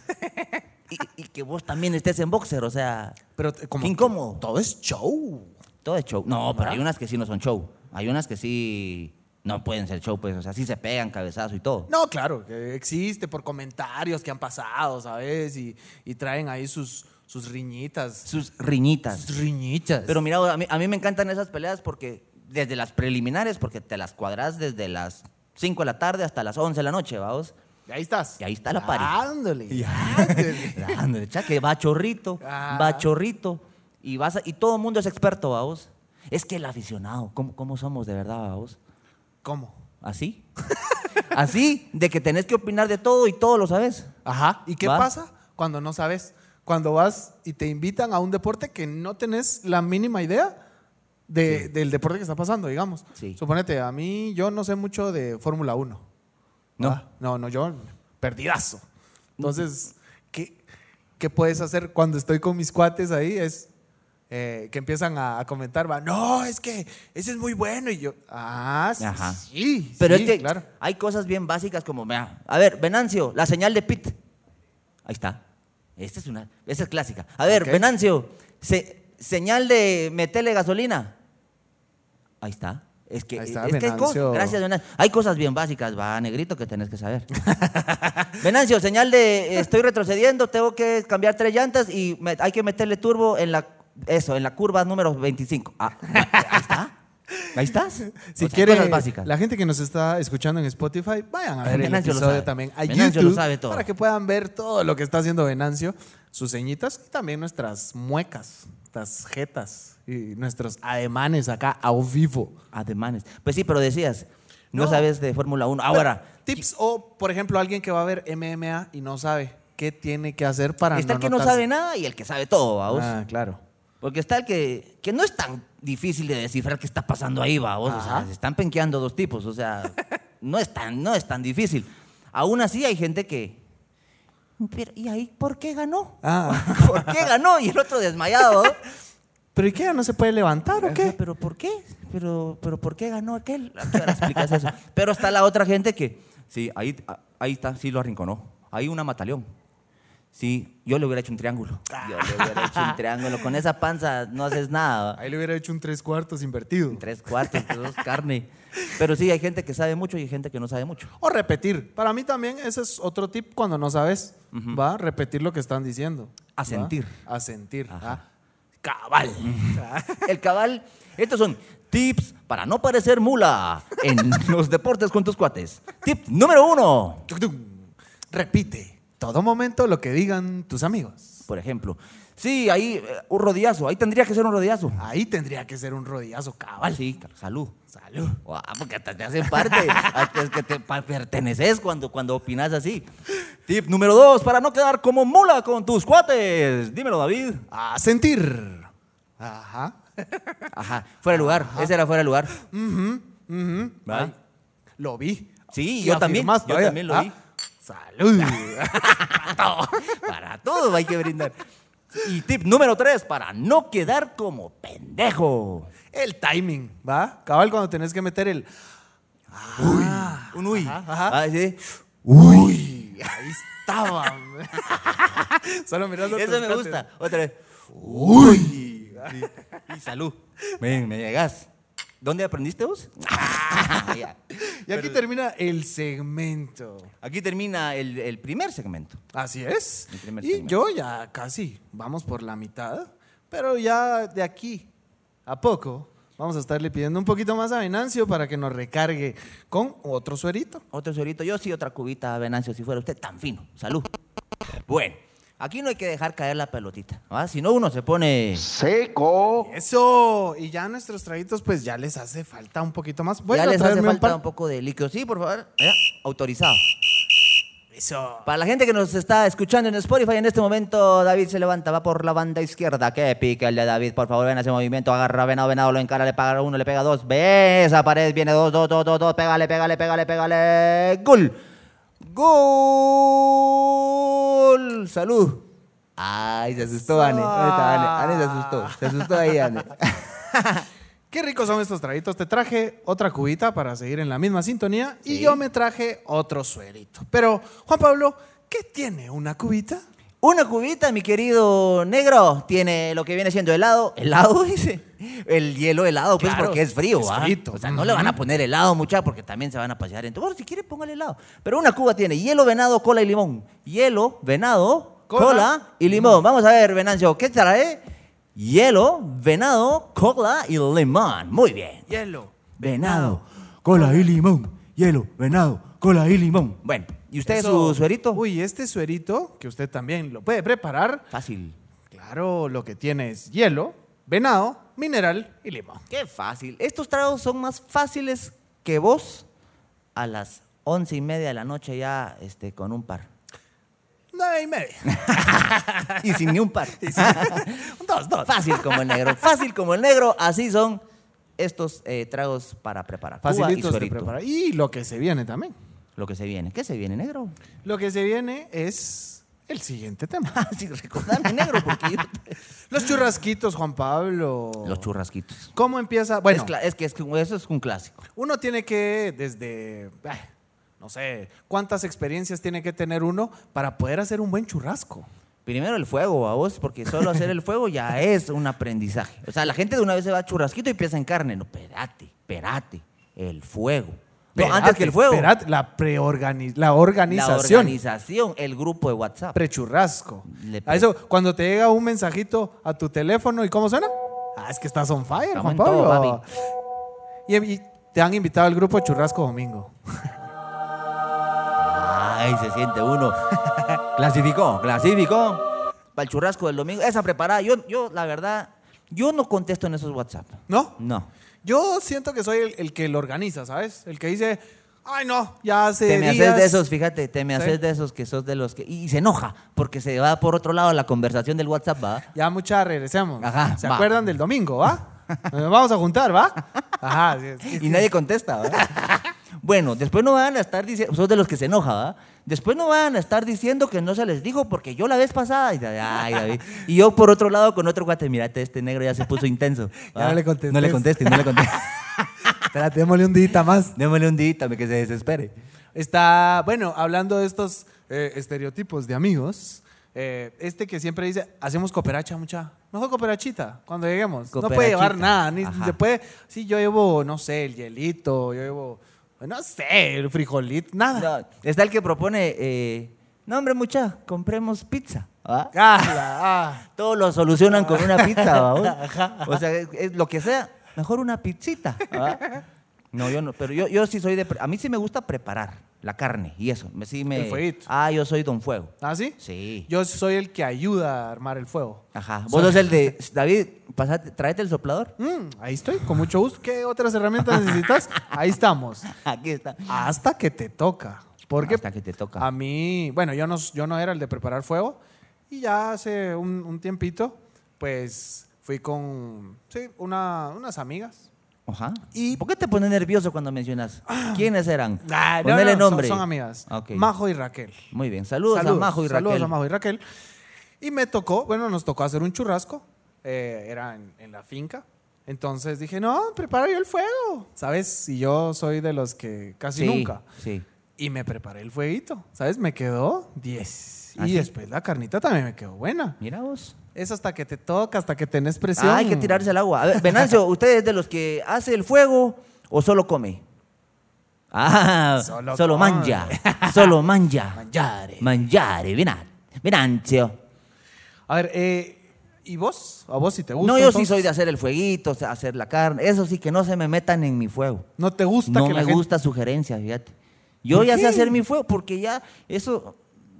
[SPEAKER 2] Y, y que vos también estés en boxer, o sea,
[SPEAKER 1] Pero t- como
[SPEAKER 2] Qué incómodo.
[SPEAKER 1] Todo es show.
[SPEAKER 2] todo es show. No, pero
[SPEAKER 1] ¿Va?
[SPEAKER 2] hay unas que sí no son show. Hay unas que sí no pueden ser show, pues, o sea, sí se pegan, cabezazo y todo.
[SPEAKER 1] No, claro, que existe por comentarios que han pasado, ¿sabes? Y, y traen ahí sus, sus riñitas.
[SPEAKER 2] Sus riñitas.
[SPEAKER 1] Sus riñitas.
[SPEAKER 2] Pero mira, a mí, a mí me encantan esas peleas porque desde las preliminares, porque te las cuadras desde las 5 de la tarde hasta las 11 de la noche, vamos.
[SPEAKER 1] Y ahí estás.
[SPEAKER 2] Y ahí está la pari.
[SPEAKER 1] Ándale. ándale.
[SPEAKER 2] Dándole, cha, Ah, que va chorrito,
[SPEAKER 1] Ah.
[SPEAKER 2] va chorrito. Y, vas a- y todo el mundo es experto, vamos. Es que el aficionado, ¿cómo, cómo somos de verdad, vamos?
[SPEAKER 1] ¿Cómo?
[SPEAKER 2] ¿Así? Así, de que tenés que opinar de todo y todo lo sabes.
[SPEAKER 1] Ajá. ¿Y qué
[SPEAKER 2] Va.
[SPEAKER 1] pasa cuando no sabes? Cuando vas y te invitan a un deporte que no tenés la mínima idea de- del deporte que está pasando, digamos.
[SPEAKER 2] Sí.
[SPEAKER 1] Suponete, a mí yo no sé mucho de Fórmula 1.
[SPEAKER 2] No.
[SPEAKER 1] Ah, No, no, yo perdidazo. Entonces, ¿qué, qué puedes hacer cuando estoy con mis cuates ahí? Es eh, que empiezan a, a comentar, va, no, es que ese es muy bueno. Y yo, ah, sí,
[SPEAKER 2] Ajá.
[SPEAKER 1] sí.
[SPEAKER 2] Pero
[SPEAKER 1] sí,
[SPEAKER 2] es que
[SPEAKER 1] claro.
[SPEAKER 2] hay cosas bien básicas como, mira, a ver, Venancio, la señal de pit. Ahí está. Esta es una, esta es clásica. A ver,
[SPEAKER 1] Ok.
[SPEAKER 2] Venancio, se- señal de meterle gasolina. Ahí está. Es que,
[SPEAKER 1] Ahí está,
[SPEAKER 2] es que hay
[SPEAKER 1] Venancio.
[SPEAKER 2] cosas, gracias, Venancio. Hay cosas bien básicas, va, negrito, que tenés que saber. Venancio, señal de eh, estoy retrocediendo, tengo que cambiar tres llantas y me- hay que meterle turbo en la eso, en la curva número 25. Ah, ahí está. Ahí estás.
[SPEAKER 1] Si
[SPEAKER 2] O sea, hay
[SPEAKER 1] quiere,
[SPEAKER 2] cosas básicas.
[SPEAKER 1] la gente que nos está escuchando en Spotify, vayan a ver el
[SPEAKER 2] Venancio lo
[SPEAKER 1] episodio
[SPEAKER 2] sabe.
[SPEAKER 1] también a
[SPEAKER 2] Venancio lo
[SPEAKER 1] YouTube
[SPEAKER 2] sabe todo.
[SPEAKER 1] para que puedan ver todo lo que está haciendo Venancio, sus ceñitas y también nuestras muecas, nuestras jetas y nuestros ademanes acá a vivo.
[SPEAKER 2] Ademanes. Pues sí, pero decías, no,
[SPEAKER 1] No.
[SPEAKER 2] sabes de Fórmula 1. Ahora,
[SPEAKER 1] Tips o, por ejemplo, alguien que va a ver MMA y no sabe qué tiene que hacer para
[SPEAKER 2] está el que no
[SPEAKER 1] notarse?
[SPEAKER 2] sabe nada y el que sabe todo, vaos.
[SPEAKER 1] Ah, claro.
[SPEAKER 2] Porque está el que, que no es tan difícil de descifrar qué está pasando ahí, vaos. O sea,
[SPEAKER 1] Ajá.
[SPEAKER 2] se están penqueando dos tipos. O sea, no es tan, no es tan difícil. Aún así hay gente que. "Pero, ¿Y ahí por qué ganó?
[SPEAKER 1] Ah,
[SPEAKER 2] ¿Por qué ganó? Y el otro desmayado. ¿no?
[SPEAKER 1] ¿Pero y qué? ¿No se puede levantar o
[SPEAKER 2] Ajá,
[SPEAKER 1] qué?
[SPEAKER 2] ¿Pero por qué? ¿Pero, pero por qué ganó aquel? ¿A qué hora explicas eso? Pero está la otra gente que, sí, ahí, a- ahí está, sí lo arrinconó. Ahí una mataleón. Sí, yo le hubiera hecho un triángulo. Yo le hubiera hecho un triángulo. Con esa panza no haces nada. ¿va?
[SPEAKER 1] Ahí le hubiera hecho un tres cuartos invertido.
[SPEAKER 2] Tres cuartos, que sos carne. Pero sí, hay gente que sabe mucho y hay gente que no sabe mucho.
[SPEAKER 1] O repetir. Para mí también ese es otro tip cuando no sabes. Va a repetir lo que están diciendo.
[SPEAKER 2] A
[SPEAKER 1] ¿va?
[SPEAKER 2] sentir.
[SPEAKER 1] A sentir.
[SPEAKER 2] Ajá.
[SPEAKER 1] ah. Cabal.
[SPEAKER 2] El cabal. Estos son tips para no parecer mula en los deportes con tus cuates. Tip número uno.
[SPEAKER 1] Tuc, tum. Repite todo momento lo que digan tus amigos.
[SPEAKER 2] por ejemplo. Sí, ahí eh, un rodillazo, ahí tendría que ser un rodillazo.
[SPEAKER 1] Ahí tendría que ser un rodillazo, cabal.
[SPEAKER 2] Sí, claro, salud.
[SPEAKER 1] Salud.
[SPEAKER 2] Guau, porque hasta te hacen parte, hasta es que te pa- perteneces cuando, cuando opinas así. Tip número dos, para no quedar como mula con tus cuates. Dímelo, David.
[SPEAKER 1] A sentir. Ajá.
[SPEAKER 2] Ajá, fuera de lugar, ese era fuera de lugar. ¿Va?
[SPEAKER 1] Ay, Lo vi.
[SPEAKER 2] Sí,
[SPEAKER 1] Y
[SPEAKER 2] yo también,
[SPEAKER 1] afirmás
[SPEAKER 2] yo
[SPEAKER 1] todavía.
[SPEAKER 2] también lo
[SPEAKER 1] Ah,
[SPEAKER 2] vi.
[SPEAKER 1] Salud.
[SPEAKER 2] Para todo hay que brindar. Y tip número tres, para no quedar como pendejo.
[SPEAKER 1] El timing, ¿va? Cabal cuando tenés que meter el...
[SPEAKER 2] Un uy.
[SPEAKER 1] ajá.
[SPEAKER 2] Ah, sí.
[SPEAKER 1] Uy, ahí estaba. Solo mirando a tus
[SPEAKER 2] Eso me
[SPEAKER 1] cuates.
[SPEAKER 2] gusta. Otra vez.
[SPEAKER 1] Uy.
[SPEAKER 2] Y salud. Ven, me llegas. ¿Dónde aprendiste vos? Ah, ya.
[SPEAKER 1] Y aquí termina el segmento.
[SPEAKER 2] Aquí termina el, el primer segmento.
[SPEAKER 1] Así es.
[SPEAKER 2] El primer
[SPEAKER 1] Y
[SPEAKER 2] segmento.
[SPEAKER 1] yo ya casi, vamos por la mitad, pero ya de aquí a poco vamos a estarle pidiendo un poquito más a Venancio para que nos recargue con otro suerito.
[SPEAKER 2] Otro señorito, yo sí, otra cubita, Venancio, si fuera usted tan fino. Salud. Bueno, Aquí no hay que dejar caer la pelotita, ¿va? Si no, uno se pone...
[SPEAKER 4] Seco.
[SPEAKER 1] Eso. Y ya nuestros traguitos, pues ya les hace falta un poquito más. Voy
[SPEAKER 2] ya
[SPEAKER 1] a
[SPEAKER 2] les hace
[SPEAKER 1] traerme un
[SPEAKER 2] falta
[SPEAKER 1] par-
[SPEAKER 2] un poco de líquido. Sí, por favor. Allá, autorizado.
[SPEAKER 1] Eso.
[SPEAKER 2] Para la gente que nos está escuchando en Spotify en este momento, David se levanta, va por la banda izquierda. Que pica el de David, por favor, ven a ese movimiento. Agarra venado, venado, lo encara, le paga uno, le pega dos. Ve esa pared, viene dos, dos, dos, dos, dos. Pégale, pégale, pégale, pégale. Gol. Gol. Salud. Ay, se asustó, Ane. ¿Dónde está Ane? Ane se asustó. Se asustó ahí, Ane.
[SPEAKER 1] Qué ricos son estos traguitos. Te traje otra cubita para seguir en la misma sintonía y
[SPEAKER 2] Sí.
[SPEAKER 1] yo me traje otro suerito. Pero, Juan Pablo, ¿qué tiene una cubita?
[SPEAKER 2] Una cubita, mi querido negro, tiene lo que viene siendo helado. ¿Helado, dice? El hielo helado, pues,
[SPEAKER 1] Claro,
[SPEAKER 2] porque es frío,
[SPEAKER 1] es
[SPEAKER 2] ¿ah?
[SPEAKER 1] frito.
[SPEAKER 2] O sea, no le van a poner helado, muchacho, porque también se van a pasear. Entonces, bueno, si quiere, póngale helado. Pero una cuba tiene hielo, venado, cola y limón. Hielo, venado,
[SPEAKER 1] Cola.
[SPEAKER 2] cola, y limón. Vamos a ver, Venancio, ¿qué trae? Hielo, venado, cola y limón. Muy bien.
[SPEAKER 1] Hielo.
[SPEAKER 2] Venado.
[SPEAKER 3] cola y limón, hielo, venado, cola y limón.
[SPEAKER 2] Bueno, ¿y usted
[SPEAKER 1] Eso-
[SPEAKER 2] Este su suerito?
[SPEAKER 1] Uy, este suerito, que usted también lo puede preparar,
[SPEAKER 2] Fácil.
[SPEAKER 1] claro, lo que tiene es hielo, venado, mineral y limón.
[SPEAKER 2] Qué fácil. Estos tragos son más fáciles que vos a las once y media de la noche ya este, con un par.
[SPEAKER 1] Nueve y media.
[SPEAKER 2] Y sin ni un par. dos, dos. Fácil como el negro. Fácil como el negro. Así son estos eh, tragos para preparar. Cuba y
[SPEAKER 1] Facilitos de
[SPEAKER 2] suerito.
[SPEAKER 1] preparar. Y lo que se viene también.
[SPEAKER 2] Lo que se viene. ¿Qué se viene, negro?
[SPEAKER 1] Lo que se viene es el siguiente tema.
[SPEAKER 2] Así Ah, recordame, negro, porque yo-
[SPEAKER 1] Los churrasquitos, Juan Pablo.
[SPEAKER 2] Los churrasquitos.
[SPEAKER 1] ¿Cómo empieza? Bueno,
[SPEAKER 2] Es cla- es, que es que eso es un clásico.
[SPEAKER 1] Uno tiene que, desde, ah, no sé, cuántas experiencias tiene que tener uno para poder hacer un buen churrasco.
[SPEAKER 2] Primero el fuego, a vos, porque solo hacer el fuego ya es un aprendizaje. O sea, la gente de una vez se va a churrasquito y piensa en carne. No, espérate, espérate. El fuego. No, antes
[SPEAKER 1] Espérate,
[SPEAKER 2] que el fuego.
[SPEAKER 1] espérate, la, preorgani- la
[SPEAKER 2] La
[SPEAKER 1] organización.
[SPEAKER 2] organización, el grupo de WhatsApp.
[SPEAKER 1] Prechurrasco.
[SPEAKER 2] Le
[SPEAKER 1] A
[SPEAKER 2] pre-
[SPEAKER 1] eso, cuando te llega un mensajito a tu teléfono, ¿y cómo suena? Ah, es que estás on fire,
[SPEAKER 2] Estamos
[SPEAKER 1] Juan
[SPEAKER 2] en
[SPEAKER 1] Pablo.
[SPEAKER 2] todo, papi.
[SPEAKER 1] Y, y te han invitado al grupo Churrasco Domingo.
[SPEAKER 2] Ay, se siente uno. clasificó, clasificó. Para el churrasco del domingo. Esa preparada. Yo, yo, la verdad, yo no contesto en esos WhatsApp.
[SPEAKER 1] ¿No?
[SPEAKER 2] No.
[SPEAKER 1] Yo siento que soy el, el que lo organiza, ¿sabes? El que dice, ay, no, ya hace
[SPEAKER 2] Te me haces
[SPEAKER 1] días".
[SPEAKER 2] de esos, fíjate, te me
[SPEAKER 1] Sí.
[SPEAKER 2] haces de esos que sos de los que. Y se enoja, porque se va por otro lado la conversación del WhatsApp, va.
[SPEAKER 1] Ya mucha regresemos.
[SPEAKER 2] Ajá,
[SPEAKER 1] ¿Se
[SPEAKER 2] va.
[SPEAKER 1] acuerdan del domingo, va? Nos vamos a juntar, ¿va? Ajá. sí, sí, sí.
[SPEAKER 2] Y nadie contesta, ¿verdad? Bueno, después no van a estar diciendo, sos de los que se enoja, ¿verdad? Después no van a estar diciendo que no se les dijo porque yo la vez pasada, y, ay, David. y yo por otro lado con otro guate, mirate, este negro ya se puso intenso. ¿verdad?
[SPEAKER 1] no le contestes.
[SPEAKER 2] No le contestes, no le contestes.
[SPEAKER 1] Espérate, démosle un dita más.
[SPEAKER 2] Démosle un dito que se desespere.
[SPEAKER 1] Está, bueno, hablando de estos eh, estereotipos de amigos, eh, este que siempre dice, hacemos cooperacha, mucha. Mejor cooperachita, cuando lleguemos. No puede
[SPEAKER 2] Cooperachita.
[SPEAKER 1] llevar nada, ni
[SPEAKER 2] Ajá.
[SPEAKER 1] se puede. Sí, yo llevo, no sé, el hielito, yo llevo, no sé, el frijolito, nada.
[SPEAKER 2] No, está el que propone, eh, no hombre mucha, compremos pizza. ¿verdad?
[SPEAKER 1] Ah, la- ah.
[SPEAKER 2] Todos lo solucionan con una pizza, ¿vamos? O sea, es- es lo que sea, mejor una pizzita. ¿va? No, yo no, pero yo, yo sí soy de... pre- A mí sí me gusta preparar la carne y eso. me- Sí me,
[SPEAKER 1] El fueguito.
[SPEAKER 2] Ah, yo soy don fuego.
[SPEAKER 1] ¿Ah, sí?
[SPEAKER 2] Sí.
[SPEAKER 1] Yo soy el que ayuda a armar el fuego.
[SPEAKER 2] Ajá. Vos sos el de... David, pasate, tráete el soplador.
[SPEAKER 1] Mm, ahí estoy, con mucho gusto. ¿Qué otras herramientas necesitas? Ahí estamos.
[SPEAKER 2] Aquí está.
[SPEAKER 1] Hasta que te toca. Porque
[SPEAKER 2] Hasta que te toca.
[SPEAKER 1] A mí, bueno, yo no, yo no era el de preparar fuego y ya hace un, un tiempito, pues fui con sí, una- unas amigas.
[SPEAKER 2] Ajá.
[SPEAKER 1] Y-
[SPEAKER 2] ¿Y por qué te pones nervioso cuando mencionas? ¿Quiénes eran?
[SPEAKER 1] Ah, no,
[SPEAKER 2] Ponele
[SPEAKER 1] no, son-
[SPEAKER 2] nombre.
[SPEAKER 1] Son, amigas.
[SPEAKER 2] Ah, ok.
[SPEAKER 1] Majo y Raquel.
[SPEAKER 2] Muy bien. Saludos, a Majo y Raquel.
[SPEAKER 1] Saludos a Majo y Raquel. Y me tocó, bueno, nos tocó hacer un churrasco. eh, era en, en la finca. Entonces dije, no, preparo yo el fuego. ¿Sabes? Y yo soy de los que casi
[SPEAKER 2] Sí,
[SPEAKER 1] nunca.
[SPEAKER 2] Sí.
[SPEAKER 1] Y me preparé el fueguito. ¿Sabes? Me quedó 10.
[SPEAKER 2] ¿Ah,
[SPEAKER 1] y
[SPEAKER 2] sí?
[SPEAKER 1] después la carnita también me quedó buena.
[SPEAKER 2] Mira vos.
[SPEAKER 1] Es hasta que te toca, hasta que tenés presión.
[SPEAKER 2] Ah, hay que tirarse al agua. A ver, Venancio, ¿usted es de los que hace el fuego o solo come? Ah,
[SPEAKER 1] Solo
[SPEAKER 2] solo,
[SPEAKER 1] come.
[SPEAKER 2] manja. Solo manja.
[SPEAKER 1] Mangiare.
[SPEAKER 2] Mangiare, Venan- Venancio.
[SPEAKER 1] A ver, eh, ¿y vos? ¿A vos si te gusta?
[SPEAKER 2] No, yo sí
[SPEAKER 1] entonces?
[SPEAKER 2] soy de hacer el fueguito, o sea, hacer la carne. Eso sí, que no se me metan en mi fuego.
[SPEAKER 1] No te gusta
[SPEAKER 2] No
[SPEAKER 1] que
[SPEAKER 2] me
[SPEAKER 1] la gente-
[SPEAKER 2] gusta sugerencias, fíjate. Yo
[SPEAKER 1] ¿Por
[SPEAKER 2] ya
[SPEAKER 1] qué?
[SPEAKER 2] sé hacer mi fuego porque ya eso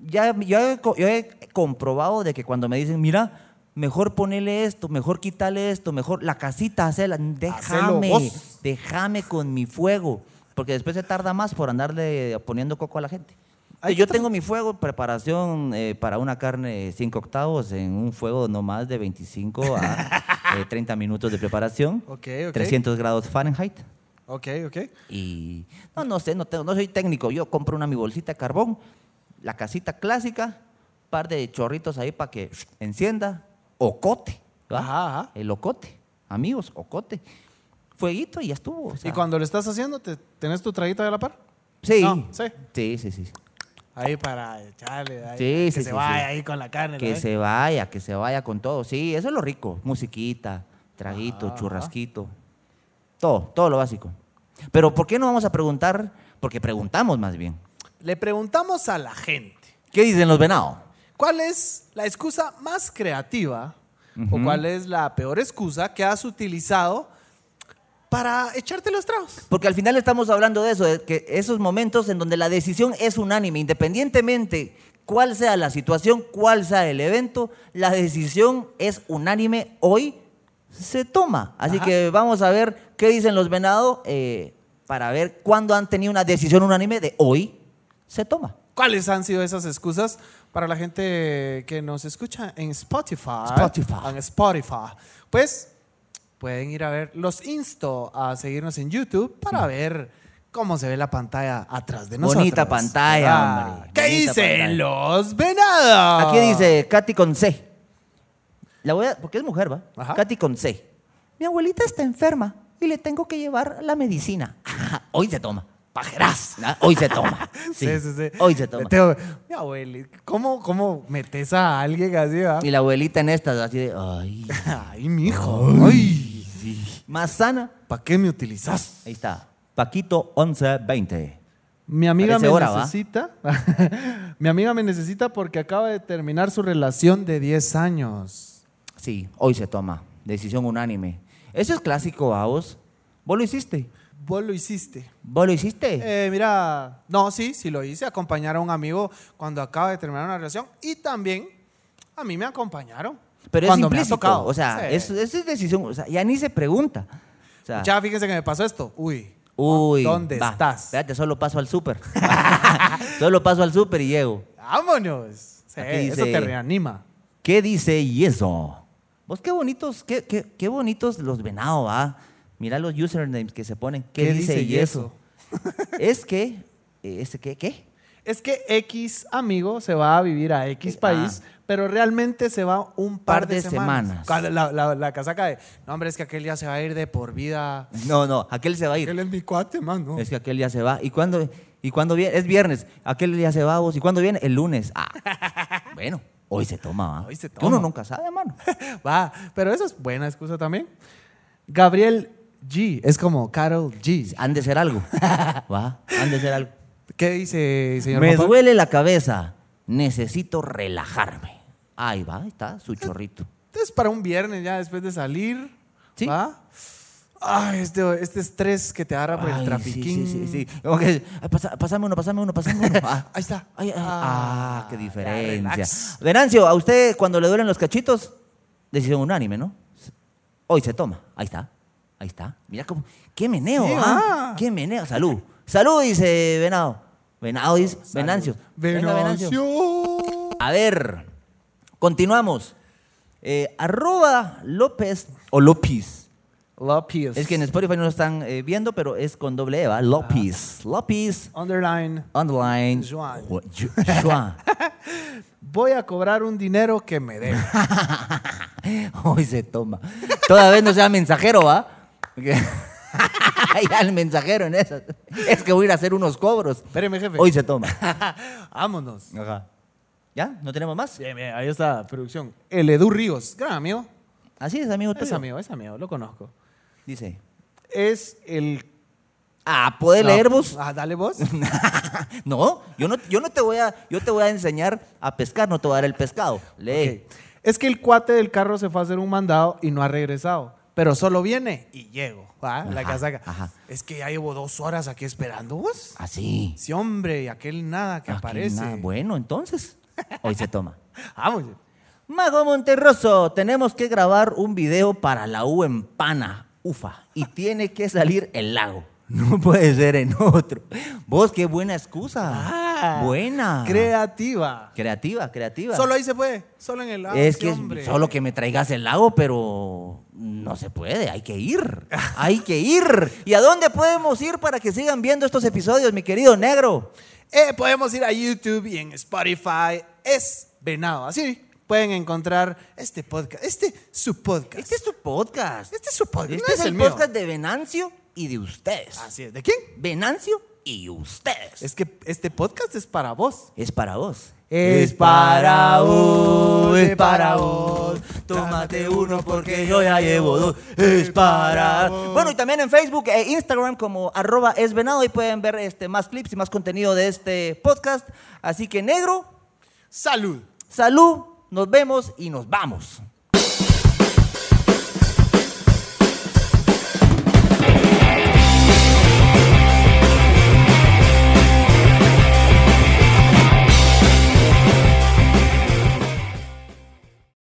[SPEAKER 2] ya, ya he, co- yo he comprobado de que cuando me dicen, mira, mejor ponele esto, mejor quítale esto, mejor la casita, hacela, déjame,
[SPEAKER 1] vos.
[SPEAKER 2] déjame con mi fuego, porque después se tarda más por andarle poniendo coco a la gente.
[SPEAKER 1] Hay
[SPEAKER 2] yo
[SPEAKER 1] otra-
[SPEAKER 2] tengo mi fuego, preparación eh, para una carne 5 octavos en un fuego no más de 25 a eh, 30 minutos de preparación,
[SPEAKER 1] Ok, ok.
[SPEAKER 2] 300 grados Fahrenheit.
[SPEAKER 1] Ok, ok.
[SPEAKER 2] Y no, no sé, no, tengo- no soy técnico. Yo compro una mi bolsita de carbón, la casita clásica, par de chorritos ahí para que encienda, ocote. ¿va?
[SPEAKER 1] Ajá, ajá.
[SPEAKER 2] El ocote, amigos, ocote. Fueguito y ya estuvo. o sea.
[SPEAKER 1] ¿Y cuando lo estás haciendo, te, tenés tu traguita de la par?
[SPEAKER 2] Sí.
[SPEAKER 1] No, sí.
[SPEAKER 2] sí, sí, sí.
[SPEAKER 1] Ahí para echarle, ahí,
[SPEAKER 2] Sí,
[SPEAKER 1] que
[SPEAKER 2] sí,
[SPEAKER 1] se
[SPEAKER 2] sí,
[SPEAKER 1] vaya
[SPEAKER 2] sí.
[SPEAKER 1] ahí con la carne.
[SPEAKER 2] Que
[SPEAKER 1] ¿no?
[SPEAKER 2] se vaya, que se vaya con todo. Sí, eso es lo rico. Musiquita, traguito,
[SPEAKER 1] Ajá, ajá.
[SPEAKER 2] churrasquito. Todo, todo lo básico. Pero ¿por qué no vamos a preguntar? Porque preguntamos más bien.
[SPEAKER 1] Le preguntamos a la gente.
[SPEAKER 2] ¿Qué dicen los venados?
[SPEAKER 1] ¿Cuál es la excusa más creativa o cuál es la peor excusa que has utilizado para echarte los tragos?
[SPEAKER 2] Porque al final estamos hablando de eso, de que esos momentos en donde la decisión es unánime, independientemente cuál sea la situación, cuál sea el evento, la decisión es unánime hoy se toma. Así
[SPEAKER 1] Ajá.
[SPEAKER 2] que vamos a ver qué dicen los venados para ver cuándo han tenido una decisión unánime de hoy se toma.
[SPEAKER 1] ¿Cuáles han sido esas excusas para la gente que nos escucha en Spotify?
[SPEAKER 2] Spotify.
[SPEAKER 1] En Spotify. Pues pueden ir a ver, los insto a seguirnos en YouTube para ver cómo se ve la pantalla atrás de nosotros.
[SPEAKER 2] Bonita pantalla,
[SPEAKER 1] Ah,
[SPEAKER 2] hombre.
[SPEAKER 1] ¿Qué
[SPEAKER 2] Bonita
[SPEAKER 1] dicen
[SPEAKER 2] pantalla.
[SPEAKER 1] los venados?
[SPEAKER 2] Aquí dice Katy con C. La voy a- porque es mujer, ¿va?
[SPEAKER 1] Ajá.
[SPEAKER 2] Katy con C. Mi abuelita está enferma y le tengo que llevar la medicina. Ajá, Hoy se toma. Pajeras. ¿no? Hoy se toma. Sí,
[SPEAKER 1] Sí, sí, sí.
[SPEAKER 2] Hoy se toma.
[SPEAKER 1] Tengo- mi abuelita, ¿cómo, ¿cómo metes a alguien así, va?
[SPEAKER 2] Y la abuelita en estas, así de, ay,
[SPEAKER 1] Ay, mi hijo. Ay,
[SPEAKER 2] más sana.
[SPEAKER 1] ¿para qué me utilizas?
[SPEAKER 2] Ahí está. Paquito 1120.
[SPEAKER 1] Mi amiga
[SPEAKER 2] Parece
[SPEAKER 1] me
[SPEAKER 2] hora, ¿va?
[SPEAKER 1] necesita. mi amiga me necesita porque acaba de terminar su relación de 10 años.
[SPEAKER 2] Sí, hoy se toma. Decisión unánime. Eso es clásico, vos. Vos lo hiciste.
[SPEAKER 1] Vos lo hiciste.
[SPEAKER 2] Vos lo hiciste.
[SPEAKER 1] Eh, mira, no, sí, sí lo hice. Acompañar a un amigo cuando acaba de terminar una relación y también a mí me acompañaron.
[SPEAKER 2] Pero es
[SPEAKER 1] cuando me ha
[SPEAKER 2] implícito.
[SPEAKER 1] tocado.
[SPEAKER 2] O sea,
[SPEAKER 1] Sí.
[SPEAKER 2] eso, eso es decisión. O sea, ya ni se pregunta. O sea,
[SPEAKER 1] Ya, fíjense que me pasó esto. Uy.
[SPEAKER 2] Uy,
[SPEAKER 1] ¿Dónde
[SPEAKER 2] va.
[SPEAKER 1] estás?
[SPEAKER 2] Espérate, solo paso al súper. solo paso al súper y llego.
[SPEAKER 1] Vámonos. Sí,
[SPEAKER 2] Aquí
[SPEAKER 1] Eso
[SPEAKER 2] dice-
[SPEAKER 1] te reanima.
[SPEAKER 2] ¿Qué dice y eso? Vos qué bonitos, qué, qué- qué bonitos los venados, va. Mira los usernames que se ponen. ¿Qué, dice, y eso? es que, eh, ¿es qué? ¿Qué?
[SPEAKER 1] Es que X amigo se va a vivir a X
[SPEAKER 2] Ah.
[SPEAKER 1] país, pero realmente se va un par,
[SPEAKER 2] Par
[SPEAKER 1] de,
[SPEAKER 2] de
[SPEAKER 1] semanas.
[SPEAKER 2] semanas.
[SPEAKER 1] Cuando La, la- la casaca de, no, hombre, es que aquel ya se va a ir de por vida.
[SPEAKER 2] No, no, aquel se va a ir.
[SPEAKER 1] Aquel es mi cuate, mano.
[SPEAKER 2] Es que aquel ya se va. ¿Y cuándo, ¿Y cuándo viene? Es viernes. Aquel ya se va vos. ¿Y cuándo viene? El lunes. Ah. Bueno, hoy se toma, ¿va?
[SPEAKER 1] Hoy se
[SPEAKER 2] Que Uno
[SPEAKER 1] toma.
[SPEAKER 2] nunca sabe, hermano.
[SPEAKER 1] Va, pero eso es buena excusa también. Gabriel G, es como Carol G.
[SPEAKER 2] Han de ser algo. Va, han de ser algo.
[SPEAKER 1] ¿Qué dice, señor?
[SPEAKER 2] Me
[SPEAKER 1] Juanpa?
[SPEAKER 2] duele la cabeza. Necesito relajarme. Ahí va, ahí está su chorrito.
[SPEAKER 1] Es para un viernes ya después de salir.
[SPEAKER 2] Sí.
[SPEAKER 1] ¿Va? Ay, este, este estrés que te agarra por el
[SPEAKER 2] Ay,
[SPEAKER 1] trafiquín.
[SPEAKER 2] Sí, sí, sí. sí. Como que, ay, pasa- pasame uno, pasame uno, pasame uno. Ah,
[SPEAKER 1] Ahí está.
[SPEAKER 2] ay, ay, ah, qué
[SPEAKER 1] ya,
[SPEAKER 2] diferencia.
[SPEAKER 1] relax.
[SPEAKER 2] Venancio, a usted cuando le duelen los cachitos, decisión unánime, ¿no? Hoy se toma. Ahí está. Ahí está. Mira cómo. Qué meneo,
[SPEAKER 1] Sí,
[SPEAKER 2] ¿ah?
[SPEAKER 1] ah.
[SPEAKER 2] Qué meneo. Salud. Salud, dice Venado. Venado dice. Venancio. Venga,
[SPEAKER 1] Venancio.
[SPEAKER 2] A ver, continuamos. Eh, arroba López o López.
[SPEAKER 1] López.
[SPEAKER 2] Es que en Spotify no lo están eh, viendo, pero es con doble E, ¿va? López. López.
[SPEAKER 1] Underline.
[SPEAKER 2] Underline.
[SPEAKER 1] Ah. Juan.
[SPEAKER 2] Ju- Ju- Juan.
[SPEAKER 1] Voy a cobrar un dinero que me dé.
[SPEAKER 2] Hoy se toma. Toda vez no sea mensajero, ¿va? Porque- ya el mensajero en eso. Es que voy a ir a hacer unos cobros.
[SPEAKER 1] Espéreme, jefe.
[SPEAKER 2] Hoy se toma.
[SPEAKER 1] Vámonos.
[SPEAKER 2] Ajá. ¿Ya? ¿No tenemos más?
[SPEAKER 1] Bien, bien, ahí está, producción. El Edu Ríos, gran amigo.
[SPEAKER 2] Así es, amigo.
[SPEAKER 1] Es
[SPEAKER 2] tuyo.
[SPEAKER 1] amigo, es amigo, lo conozco.
[SPEAKER 2] Dice.
[SPEAKER 1] Es el.
[SPEAKER 2] Ah, ¿puede
[SPEAKER 1] No.
[SPEAKER 2] leer vos?
[SPEAKER 1] Ah, dale vos.
[SPEAKER 2] No, yo no, yo no te voy a, yo te voy a enseñar a pescar, no te voy a dar el pescado. Lee.
[SPEAKER 1] Ok. Es que el cuate del carro se fue a hacer un mandado y no ha regresado. pero solo viene y llego. ¿va? La
[SPEAKER 2] Ajá,
[SPEAKER 1] casaca.
[SPEAKER 2] ajá.
[SPEAKER 1] Es que ya llevo dos horas aquí esperando vos.
[SPEAKER 2] Así.
[SPEAKER 1] Sí, hombre, y aquel nada que
[SPEAKER 2] Aquí
[SPEAKER 1] aparece. Ah,
[SPEAKER 2] nada. Bueno, entonces, hoy se toma.
[SPEAKER 1] Vamos.
[SPEAKER 2] Mago Monterroso, tenemos que grabar un video para la U en Pana, ufa, y tiene que salir el lago. No puede ser en otro. Vos, qué buena excusa.
[SPEAKER 1] Ah,
[SPEAKER 2] buena.
[SPEAKER 1] Creativa.
[SPEAKER 2] creativa, creativa.
[SPEAKER 1] Solo ahí se puede, solo en el lado.
[SPEAKER 2] es
[SPEAKER 1] sí,
[SPEAKER 2] que es-
[SPEAKER 1] hombre.
[SPEAKER 2] solo que me traigas el lago, pero no se puede, hay que ir. Hay que ir. ¿Y a dónde podemos ir para que sigan viendo estos episodios, mi querido negro?
[SPEAKER 1] Eh, podemos ir a YouTube y en Spotify. Es Venado. Así pueden encontrar este podcast. Este su podcast.
[SPEAKER 2] Este es tu podcast.
[SPEAKER 1] Este es su podcast.
[SPEAKER 2] Este
[SPEAKER 1] no
[SPEAKER 2] es el,
[SPEAKER 1] mío.
[SPEAKER 2] podcast de Venancio y de ustedes.
[SPEAKER 1] Así es. ¿De quién?
[SPEAKER 2] Venancio y ustedes.
[SPEAKER 1] Es que este podcast es para vos.
[SPEAKER 2] Es para vos.
[SPEAKER 1] Es para vos, es para vos. Tómate uno porque yo ya llevo dos. Es para vos.
[SPEAKER 2] Bueno, y también en Facebook e Instagram como arroba esvenado y pueden ver este, más clips y más contenido de este podcast. Así que negro,
[SPEAKER 1] Salud.
[SPEAKER 2] salud, nos vemos y nos vamos.